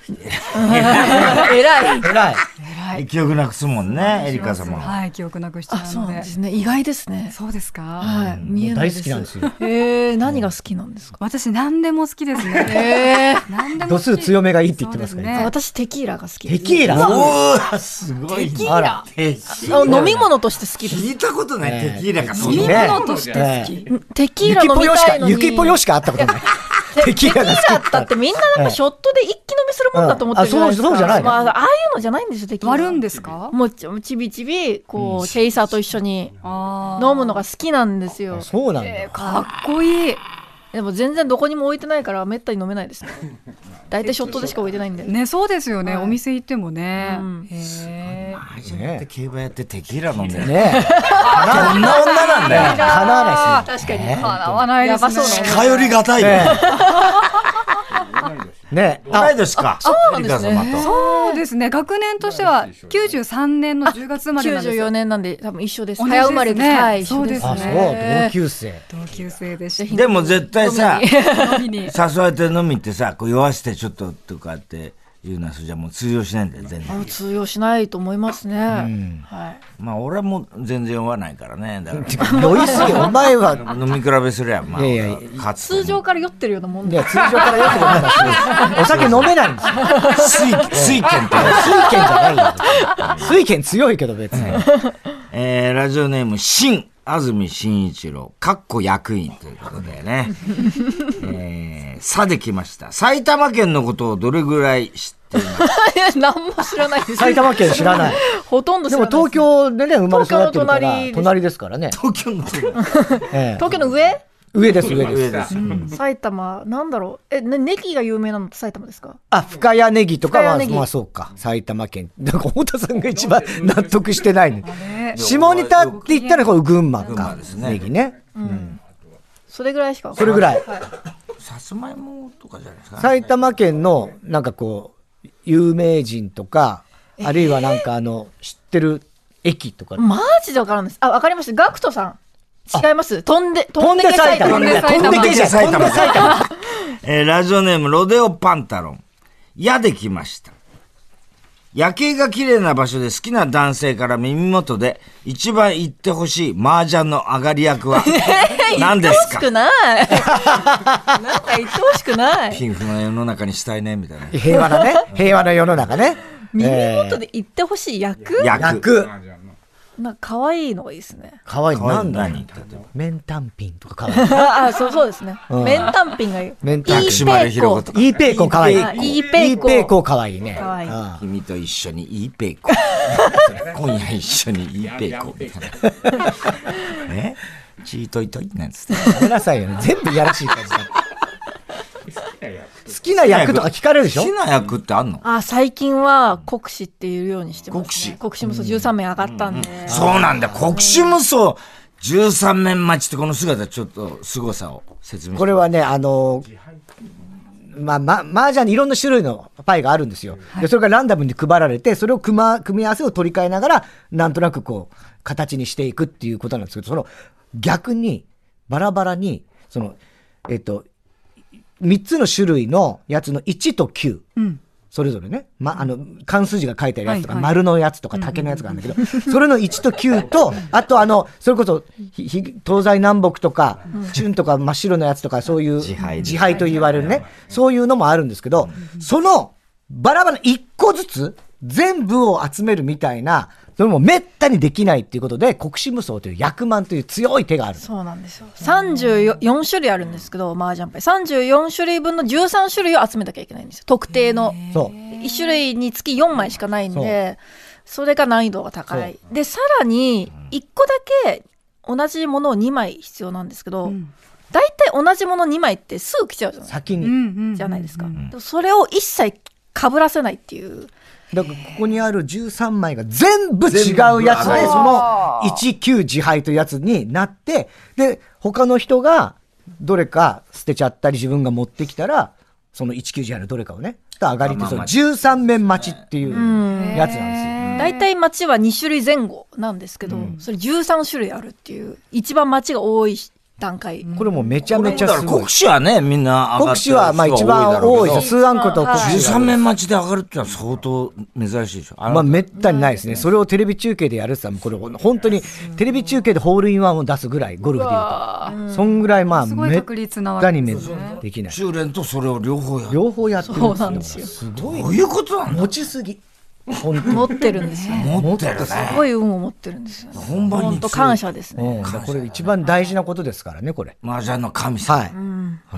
S4: 偉い。
S1: 偉い。
S3: 偉い。
S2: 記憶なくすもんね、エリカ様は。
S3: はい、記憶なくしちゃう
S4: あ、
S3: ので。
S4: そうなんですね。意外ですね。
S3: そうですか、
S4: はい、見えない
S1: 大
S4: です。
S1: 好きなんですよ。
S4: えー、何が好きなんですか
S3: 私何でも好きですね。何でも
S1: 度
S3: 好き
S1: 数強めがいいって言ってますから
S3: そうですね
S4: 私、テキーラが好きです。
S1: テキーラ
S2: おー、すごいな。
S1: あら。
S2: テキー
S4: あ
S2: ラ
S4: 飲み物として好きです。
S2: 聞いたことない、
S1: ね
S2: テキーラがそん
S1: 飲
S2: な
S1: み
S3: 物として
S1: 好き。
S4: テキーラ
S1: ゆき
S4: 飲
S1: ぽ
S4: み
S1: よしたか、
S4: いのに。
S1: ゆきぽよしか会ったことない。テ キ
S4: テキ
S1: ー
S4: ー
S1: ラ
S4: ラ
S1: が好き
S4: だったってみんななんかショットで一気飲みするもんだと思ってるじゃないですか。
S1: うんあそうそうじゃないの
S4: まあ、ああいうのじゃないんですよ、テキーラ。
S3: 割るんですか
S4: もうちちびちび、こう、シェイサーと一緒に
S3: あー
S4: 飲むのが好きなんですよ。
S1: そうなんだ。
S3: かっこいい。
S4: でも全然どこにも置いてないから、めったに飲めないです ね。大体ショットでしか置いてないんで。
S3: ね、そうですよね。
S4: はい
S3: お店行ってもね。
S4: うん
S3: へー
S2: あじゃなくて競馬やってテキーラ飲んでる。
S1: ねえ。
S2: どんな女なんだよ。
S1: 叶わないですね。
S4: 確かに。
S3: 笑わないですね。
S4: やばそうな
S2: 近寄りがたいよ。
S1: ねえ。
S2: 同
S1: あ
S2: い、年か。
S4: なんですね
S2: エリカ様と
S3: そうですね。学年としては93年の10月生まれなんです
S4: 94
S3: よ。
S4: 年なんで、多分一緒です。
S3: 同じですね
S4: 早生まれです。はい、一
S3: そ
S4: 緒
S3: う
S4: で。
S3: ですす
S1: あ、そう、
S3: ね
S1: 同級生。
S3: 同級生でした。
S2: でも絶対さ、
S3: 飲みに。
S2: 誘われて飲みってさ、こう酔わせてちょっととかっていうのは、それじゃもう通用しないんだよ、全
S4: あ
S2: 然。
S4: の通用しないと思いますね。はい。
S2: まあ俺はもう全然酔わないからね。だか
S1: 酔いすぎ、お前は、
S2: ら飲み比べすりゃ、まあ、
S1: いやいや
S2: 俺は勝つと思
S4: 通
S2: う。
S4: 常から酔ってるようなもん
S1: い
S4: で。
S1: や、通常からよく飲んだし、お酒飲めないんですよ。
S2: 水、
S1: 水
S2: 水拳って。
S1: 拳じゃないよ。水拳強いけど別に。
S2: えー、ラジオネーム、新、安住紳一郎、かっこ役員ということでね。えー、さできました。埼玉県のことをどれぐらい知っていますか
S4: 何も知らないです。
S1: 埼玉県知らない。
S4: ほとんど知
S1: で
S4: らな
S1: も
S4: いですね、
S1: 東京でね、生まれ育ってるから
S4: 東京の隣で、す
S1: 隣ですからね。
S2: 東京のこと
S1: ええ
S4: 東京の上
S1: 上です、上
S2: 上
S1: です。
S2: です。
S4: 埼玉、なんだろう。え、ね、ネギが有名なのって埼玉ですか
S1: あ、深谷ネギとかは、
S4: 深谷ネギ
S1: まあそうか。埼玉県。 なんか、太田さんが一番納得してないね。
S3: ね
S1: 下ネタって言ったら、これ群馬
S2: 群馬
S1: か
S2: です。ね
S1: ネギね。
S4: それぐらいしかわか
S1: そ
S4: んな
S1: れ
S4: い
S1: ぐらい。
S2: さつまいもとかじゃないですか、
S1: 埼玉県の、なんかこう、有名人とか、あるいはなんかあの、知ってる駅とか。
S4: マジでわからないです。あ、わかりました。ガクトさん。違います。飛んで、飛んで
S1: 飛んで埼
S4: 埼
S1: 玉
S4: 玉。
S3: ね
S2: 飛んでけじゃ埼
S1: 飛
S2: 玉
S1: んで埼玉
S2: えーラジオネーム、ロデオパンタロン。やできました。夜景が綺麗な場所で好きな男性から耳元で一番行ってほしい麻雀の上がり役 は何です
S4: 愛おし
S2: か
S4: くない。 なんか愛おしくない。
S2: 貧富の世の中にしたいね、みたいな。
S1: 平和な ね、平和な世の中ね。
S4: 耳元で言ってほしい役
S2: 役。
S1: 役。
S4: なんか可愛いのがいいです ね。
S1: かわいい。
S2: 可愛い
S1: なんだ
S2: 何
S1: 面単品とかかわい
S4: あ、あそうそうですね。面単品がいい。
S1: 面単
S2: 薬
S1: 品
S2: 師丸ひろ子とか。
S1: い。イーペイコかわいい。
S4: イーペイコ
S1: イーペイコかわいいね。
S4: 可愛い
S1: あ
S2: 君と一緒にイーペ イコ。今夜一緒にイーペイコ。みたいな。えチートイトイなんつって。
S1: あごめんなさいよね。全部いやらしい感じだ。好きな役とか聞かれるでしょ
S2: 好きな役ってあんの
S4: あ、最近は国士っていうようにしてます、ね。
S2: 国士
S4: 国士もそう13名上がったんで。
S2: そうなんだ。国士無双13面待ちってこの姿、ちょっと凄さを説明して
S1: これはね、あの、まあ、ま、麻雀にいろんな種類のパイがあるんですよ。で、それがランダムに配られて、それを組,、ま、組み合わせを取り替えながら、なんとなくこう、形にしていくっていうことなんですけど、その、逆に、バラバラに、その、えっと、3つの種類のやつの1と9。それぞれね、ま、あの、漢数字が書いてあるやつとか、
S3: はいはい
S1: 丸のやつとか、竹のやつがあるんだけど、それの1と9と、あとあの、それこそ、ひひ東西南北とか、チュンとか真っ白のやつとか、そういう、
S2: 自敗
S1: 自敗と言われるね、そういうのもあるんですけど、その、バラバラ1個ずつ、全部を集めるみたいな、それもめったにできないっていうことで、国士無双という役満という強い手がある。
S4: そうなんですよ。34種類あるんですけど、麻雀牌。34種類分の13種類を集めなきゃいけないんですよ。特定の。
S1: そう。
S4: 1種類につき4枚しかないんで、それが難易度が高い。で、さらに、1個だけ同じものを2枚必要なんですけど、大体同じもの2枚ってすぐ来ちゃうじゃない
S1: 先
S3: う
S1: に。
S3: んうん
S4: じゃないですか。でもそれを一切被らせないっていう。
S1: だからここにある13枚が全部違うやつ
S2: 全
S1: で、
S2: 部
S1: その19自敗というやつになって、で、他の人がどれか捨てちゃったり自分が持ってきたら、その19自敗のどれかをね、と上がりって、
S2: まあ
S1: そ
S2: ま
S1: の
S2: あ
S1: 13面待ちっていうやつなんで
S4: 大体街は2種類前後なんですけど、それ13種類あるっていう、一番街が多い段階。
S1: すよ。これもうめちゃめちゃ
S2: だから
S1: すごい
S2: 国。士はね、みんな上が
S1: 国
S2: って
S1: 士はまあ一番多いです。
S4: 多い
S1: 数
S4: だ
S1: 案
S4: ろう
S1: こ
S4: け
S1: と
S4: ど
S1: 国士
S2: 13
S1: が。
S2: 面待ちで上がるってのは相当珍しいでしょ。あ
S1: まあ、
S2: の
S1: めったにないですね。それをテレビ中継でやるって言ったら、これ、本当に、テレビ中継でホールインワンを出すぐらい、ゴルフで言うと。そんぐらい、まあ、
S3: すごい
S1: めっ
S3: 確率なわ
S1: 他
S3: け
S1: に
S3: で
S1: め
S3: すね。
S1: できない。
S2: 修練とそれを両方やる。
S1: 両方やってる
S4: そうなんですよ。
S2: どういうことなの
S1: 持ちすぎ。本当に。
S4: 持ってるんですよ。
S2: 持ってるね。
S4: すごい運を持ってるんですよ、ね。
S2: 本番
S4: 本
S2: に
S4: 当
S2: 強い。
S4: 感謝ですね。
S1: うん、これ一番大事なことですからね、これ。
S2: 麻雀の神様。
S1: は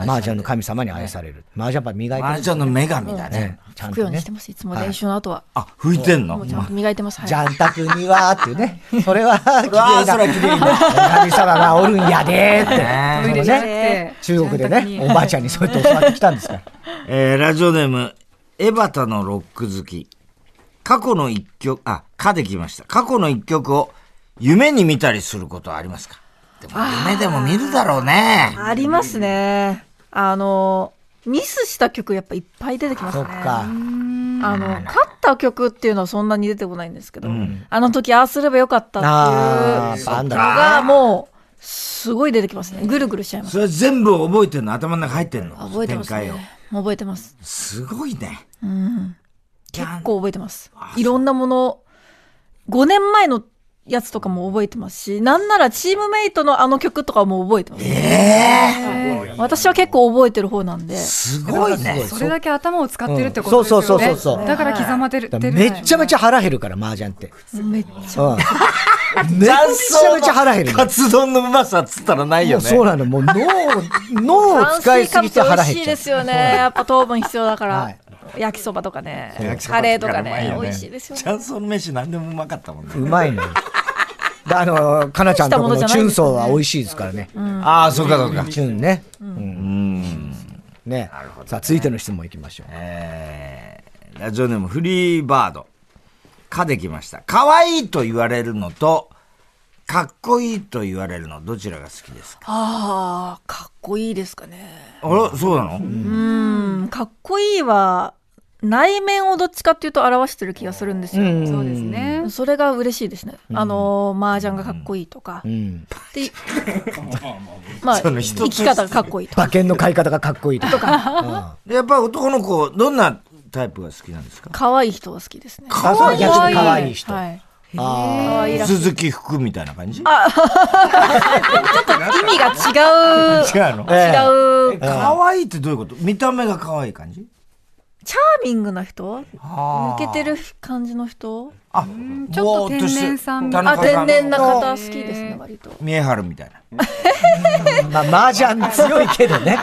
S1: い。麻雀の神様に愛される。麻雀パン磨いて
S2: 麻
S1: る
S2: 雀の女神だね。
S1: ね。ちゃん
S4: 拭く
S1: と
S4: ように
S1: ね
S4: して。ます。いつも練習の後は。
S2: あ、拭いてんの
S4: もうちゃんと磨いてます。はい
S1: ジャンタクにはっていうね。それは、綺
S2: わあ、それは綺
S1: 麗
S2: 麗
S1: な。
S2: だ。
S1: 神様がおるんやでーっ
S2: ね
S1: て。
S3: トイレじゃなくて
S1: 中国で
S3: ジャン
S1: ね、
S3: 卓
S1: お
S3: に
S1: ばあちゃんにそうやって教わってきたんですから。
S2: えーラジオネーム、エバタのロック好き。過去の一曲、あ、かできました。過去の一曲を夢に見たりすることはありますかでも夢でも見るだろうね。
S4: ありますね。あの、ミスした曲やっぱいっぱい出てきます
S1: そ
S4: ね
S1: っ。か。
S4: あの、勝った曲っていうのはそんなに出てこないんですけど、あの時ああすればよかった
S1: あ
S4: っ
S1: あ、
S4: ていう
S1: パンダ。
S4: のがもう、すごい出てきますね。ぐるぐるしちゃいます。
S2: それ全部覚えてんの頭の中入ってんの
S4: 覚えてます
S2: 展
S4: ね
S2: 開を。
S4: もう覚えてます。
S2: すごいね。
S4: 結構覚えてます。いろんなもの、5年前のやつとかも覚えてますし、なんならチームメイトのあの曲とかも覚えてます。はい私は結構覚えてる方なんで。
S2: すごいね。
S3: それだけ頭を使ってるってことですよ
S1: う
S3: ね。
S1: んそうそうそうそうそう
S3: だから刻まれてる。
S1: めっちゃめ
S3: ち
S1: ちゃ腹減るから、麻雀って。
S4: めっちゃ。
S1: うん。
S2: めちゃ
S1: めちゃ腹減るね
S2: カツ丼のうまさっつったらないよね。
S1: そうなの、もう脳、脳を使いすぎて腹
S4: 炭水化
S1: 減
S4: 物美味し
S1: っ
S4: いで
S1: ち
S4: す
S1: ゃう。
S4: よね。やっぱ糖分必要だから。
S1: はい
S4: 焼きそばとかね
S2: 焼き、そば
S4: カレーとか
S2: うま
S4: ね
S2: よ、
S4: 美味しいですよ
S2: チ
S4: ね。
S2: ャンソン飯何でもうまかったもんね。
S1: うまいのよ。で、あの、かなちゃんとこのチュンソーは美味しいですからね。
S2: ああ、そうかそうか。
S1: チュンね。うんね。さあ、続いての質問いきましょう。
S2: えーラジオネームフリーバード。かできました。可愛いと言われるのと、かっこいいと言われるの、どちらが好きですか
S4: ああ、かっこいいですかね。
S2: あら、そうなの、
S4: うん、かっこいいは、内面をどっちかっていうと表してる気がするんですよ。
S3: そうですね。
S4: それが嬉しいですね。あのー、麻雀がかっこいいとか。 で、まあ、生き方がかっこいいとか。
S1: 馬券の買い方がかっこいいとか。
S2: でやっぱ男の子、どんなタイプが好きなんですか
S4: 可愛い人が好きですね。
S1: あ、そう、逆に可愛い人。
S4: はい。可愛いらしい。
S2: 鈴木福みたいな感じ
S4: 意味が違う、
S2: 違うの
S1: ええ
S4: 違う。
S2: 可愛いってどういうこと見た目が可愛い感じ
S4: チャーミングな人抜けてる感じの人
S2: あ、
S3: ちょっと天然さん
S2: ぼーっと
S4: あ、
S2: して田中さ
S4: 天
S2: ん
S4: 然な方好きですね、割と。
S2: 見えはるみたいな。
S1: まあ、麻雀強いけどね。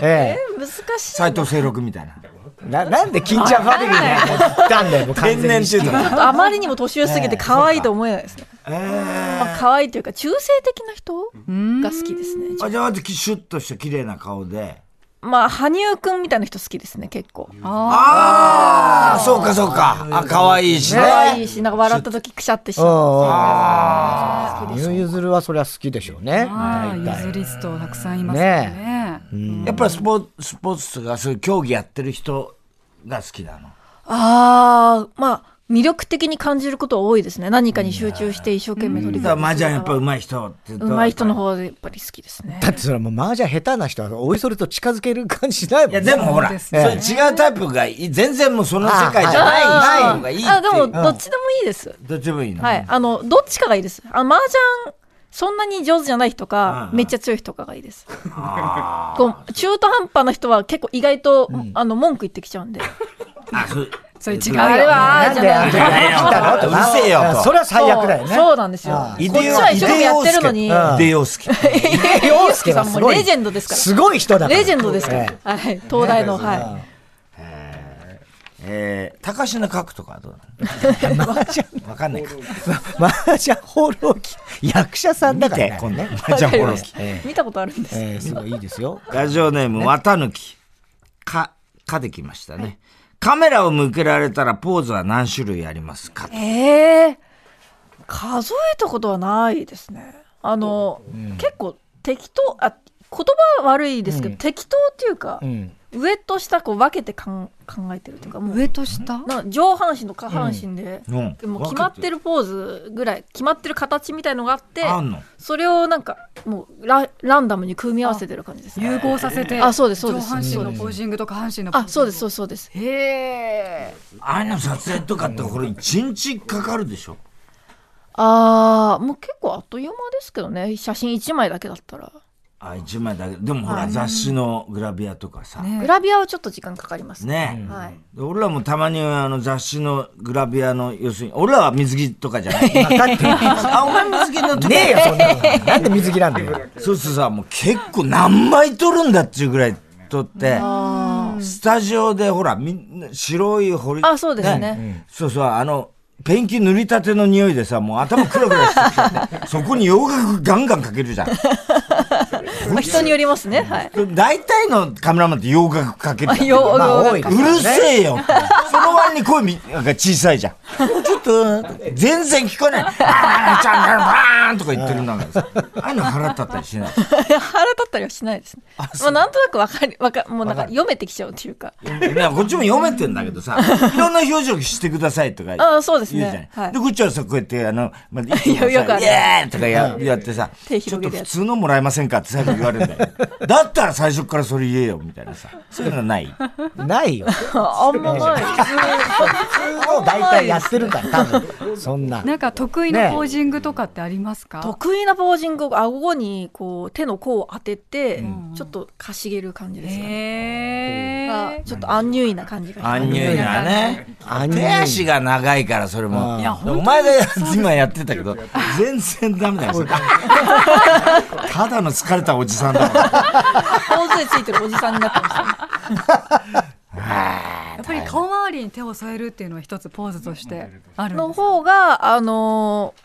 S1: え
S4: 難しい。
S2: 斎藤清六みたいな。
S1: え。な、なんで金ちゃんファミリーに行ったんだよ、もう完
S2: 天
S1: 全
S2: 然
S1: に
S2: っていうのは
S4: あまりにも年上すぎて可愛いと思えないですね。
S2: えー
S4: まあ、可愛いというか、中性的な人が好きですね。
S2: あじゃあまずきシュッとした綺麗な顔で。
S4: まあ、羽生くんみたいな人好きですね、結構。
S2: ああそうかそうか。あ、可愛いしね。
S4: 可愛いし、なんか笑った時くしゃってしまう。
S1: ああ。ゆうゆずるはそりゃ好きでしょうね。
S3: あ
S1: 大
S3: あ、ユーズ
S1: 体。
S3: リストたくさんいますよね。
S2: やっぱりスポーツ、スポーツとかそういう競技やってる人が好きなの。
S4: ああ、まあ、魅力的に感じることは多いですね。何かに集中して一生懸命取り組む。
S2: だから麻雀やっぱ上手い人って。
S4: 上手い人の。方でやっぱり好きですね。
S1: だってそれはもう麻雀下手な人は、おいそれと近づける感じしないもん
S2: いや、でもほら、
S3: そうです
S2: それ違うタイプがいい全然もうその世界じゃない、ない方がいいっていう。
S4: あ、でも、どっちでもいいです。
S2: どっちでもいいの。
S4: はい。あの、どっちかがいいです。あの、麻雀、そんなに上手じゃない人か、めっちゃ強い人かがいいです。こう、中途半端な人は結構意外と、あの、文句言ってきちゃうんで。
S2: あ、そう。
S3: それ違う
S4: あれ
S3: よ。
S4: は、ああじゃない。
S2: いやいやうるせえよ
S1: あ
S2: と。
S1: それは最悪だよね。
S4: そうそうなんですよ。こっ
S2: イ
S4: ち
S2: デオ
S4: は一生懸命やってるのに、
S2: イ
S4: イ
S2: デオスケイデオスケ
S4: デオスケさんも
S1: すごい
S4: レジェンドですか
S1: すごい人だ
S4: ら。
S1: から。
S4: レジェンドですから
S1: え。
S4: はい。東大の、は
S2: えー、高階角とかはどうなのわかんないか。
S1: え。麻雀放浪記。役者さんだからね。
S2: 今度ね。
S4: い。
S2: じゃあ、
S4: わかり
S2: こ
S4: ま
S2: の
S4: した見たことあるんです。
S1: ええ、すごいいいです よ。
S2: ラジオネーム、綿貫。か、かできましたね。カメラを向けられたらポーズは何種類ありますか
S4: ええ数えたことはないですね。あの、結構適当、あ、言葉は悪いですけど、適当っていうか、上と下こう分けてかん考えてるというか、もう
S3: 上と下
S4: な上半身と下半身で、
S2: うんうん
S4: でもう決まってるポーズぐらい、決まってる形みたいのがあって、
S2: あんの
S4: それをなんか、もうラランダムに組み合わせてる感じですね。
S3: 融合させて。
S4: あそうですそうです
S3: 上半身のポージングと下半身のポージン
S4: あ、
S3: グ。
S4: そうです、そうです、そうです。
S3: へえ。
S2: ああいうの撮影とかってこれ一日かかるでしょ
S4: ああ、もう結構あっという間ですけどね、写真1枚だけだったら。
S2: あ、一枚だけ。でもほら、雑誌のグラビアとかさ。
S3: ね
S4: グラビアはちょっと時間かかりますね。
S2: ね
S4: はい。
S2: で俺らもたまにあの雑誌のグラビアの、要するに、俺らは水着とかじゃ ない。あ、お前水着の時
S1: ねえよ、そんなの。なんで水着なんだよ。
S2: そうするとさ、もう結構何枚撮るんだっていうぐらい撮って、スタジオでほら、みんな白い堀、
S4: あ、そうですね。
S2: そうそう、あの、ペンキ塗りたての匂いでさ、もう頭クラクラしてきちゃ って、そこに洋楽ガンガンかけるじゃん。
S4: まあ、人によりますね。はい。
S2: 大体のカメラマンって洋楽かけるじゃん。
S4: よ、
S1: まあ、多い
S2: ま
S1: か
S2: あう
S1: ら
S2: るせえよって その割に声みなんか小さいじゃん。もうちょっと、全然聞こえない。あー、チャンネルバーンとか言ってるんだからさ。ああいうの腹立ったりしない。
S4: 腹立ったりはしないですね。まあ、なんとなくわかり、わか、もうなんか読めてきちゃうっていうか。
S2: いやこっちも読めてんだけどさ、いろんな表情してくださいとか言う
S4: ああそうですね
S2: 言うじゃない
S4: はい
S2: で、こっちはさ、こうやって、あの、まあ、いい
S4: よくある
S2: イエーイとかややってさ、
S4: 手
S2: ちょっと
S4: 広げるや
S2: 普
S4: つ
S2: 通のもらえませんかって最後言われるんだよ。だったら最初からそれ言えよ、みたいなさ。そういうのはない。
S1: ない よ。
S4: ああんまない。
S1: もう大体やってるから、多分。そんな。
S3: なんか得意なポージングとかってありますか、
S4: 得意なポージングを顎に、こう、手の甲を当てて、ちょっとかしげる感じですかね。
S3: へ
S4: あ
S3: え。
S4: ちょっとアンニュイな感じがしま
S2: ア
S4: す
S2: ンニュイなね。
S1: アンニュイ
S2: 手足が長いから、それも。お前が今やってたけど、全然ダメだよ、それただの疲れたおじさんだもん。
S4: ポーズについてるおじさんになってましたね。
S3: やっぱり顔周りに手を添えるっていうのは一つポーズとしてあるん
S4: の
S3: ですか
S4: 方が、あのー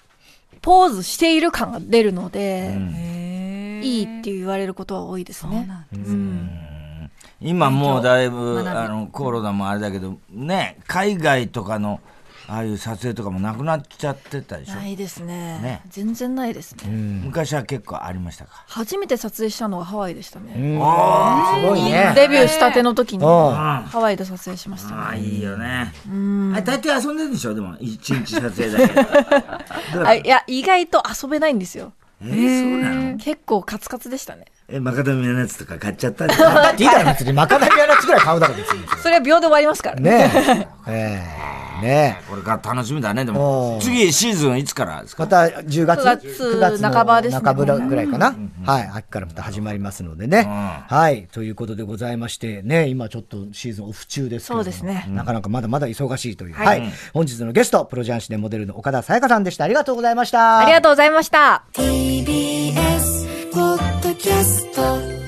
S4: ポーズしている感が出るので、
S3: へえ
S4: いいって言われることは多いですね。
S2: 今もうだいぶ、
S3: 勉強
S2: あの、コロナもあれだけど、ね、海外とかのああいう撮影とかもなくなっちゃってたでしょ
S4: ないですね
S2: ね
S4: 全然ないですね、
S2: 昔は結構ありましたか
S4: 初めて撮影したのがハワイでしたね、
S2: あ
S1: すごいね。
S4: デビューしたての時に
S1: ん
S4: ハワイで撮影しましたね、
S2: あいいよねあれ大体遊んでるでしょでも一日撮影だけどうだ
S4: あいや意外と遊べないんですよ
S2: えーそうなの
S4: 結構カツカツでしたね
S2: えマカダミアナッツとか買っちゃったんじゃない
S1: いいだろ、別に。マカダミアナッツぐらい買うだろ、別に。
S4: それは秒で終わりますからね
S1: ねえ。ええねえ。
S2: これから楽しみだねでも
S1: うん
S2: 次シーズンいつからです
S1: ま
S2: か
S1: た10月
S4: 9月
S1: 9月の
S4: 半ばですね
S1: 中村ぐらいかな。はい。秋からまた始まりますのでね。はい。ということでございましてね、今ちょっとシーズンオフ中ですけれども
S4: そうですね
S1: なかなかまだまだ忙しいという。
S4: は
S1: はいい。本日のゲスト、プロ雀士でモデルの岡田沙耶香さんでした。ありがとうございました。
S4: ありがとうございました
S5: TBS ポッドキャスト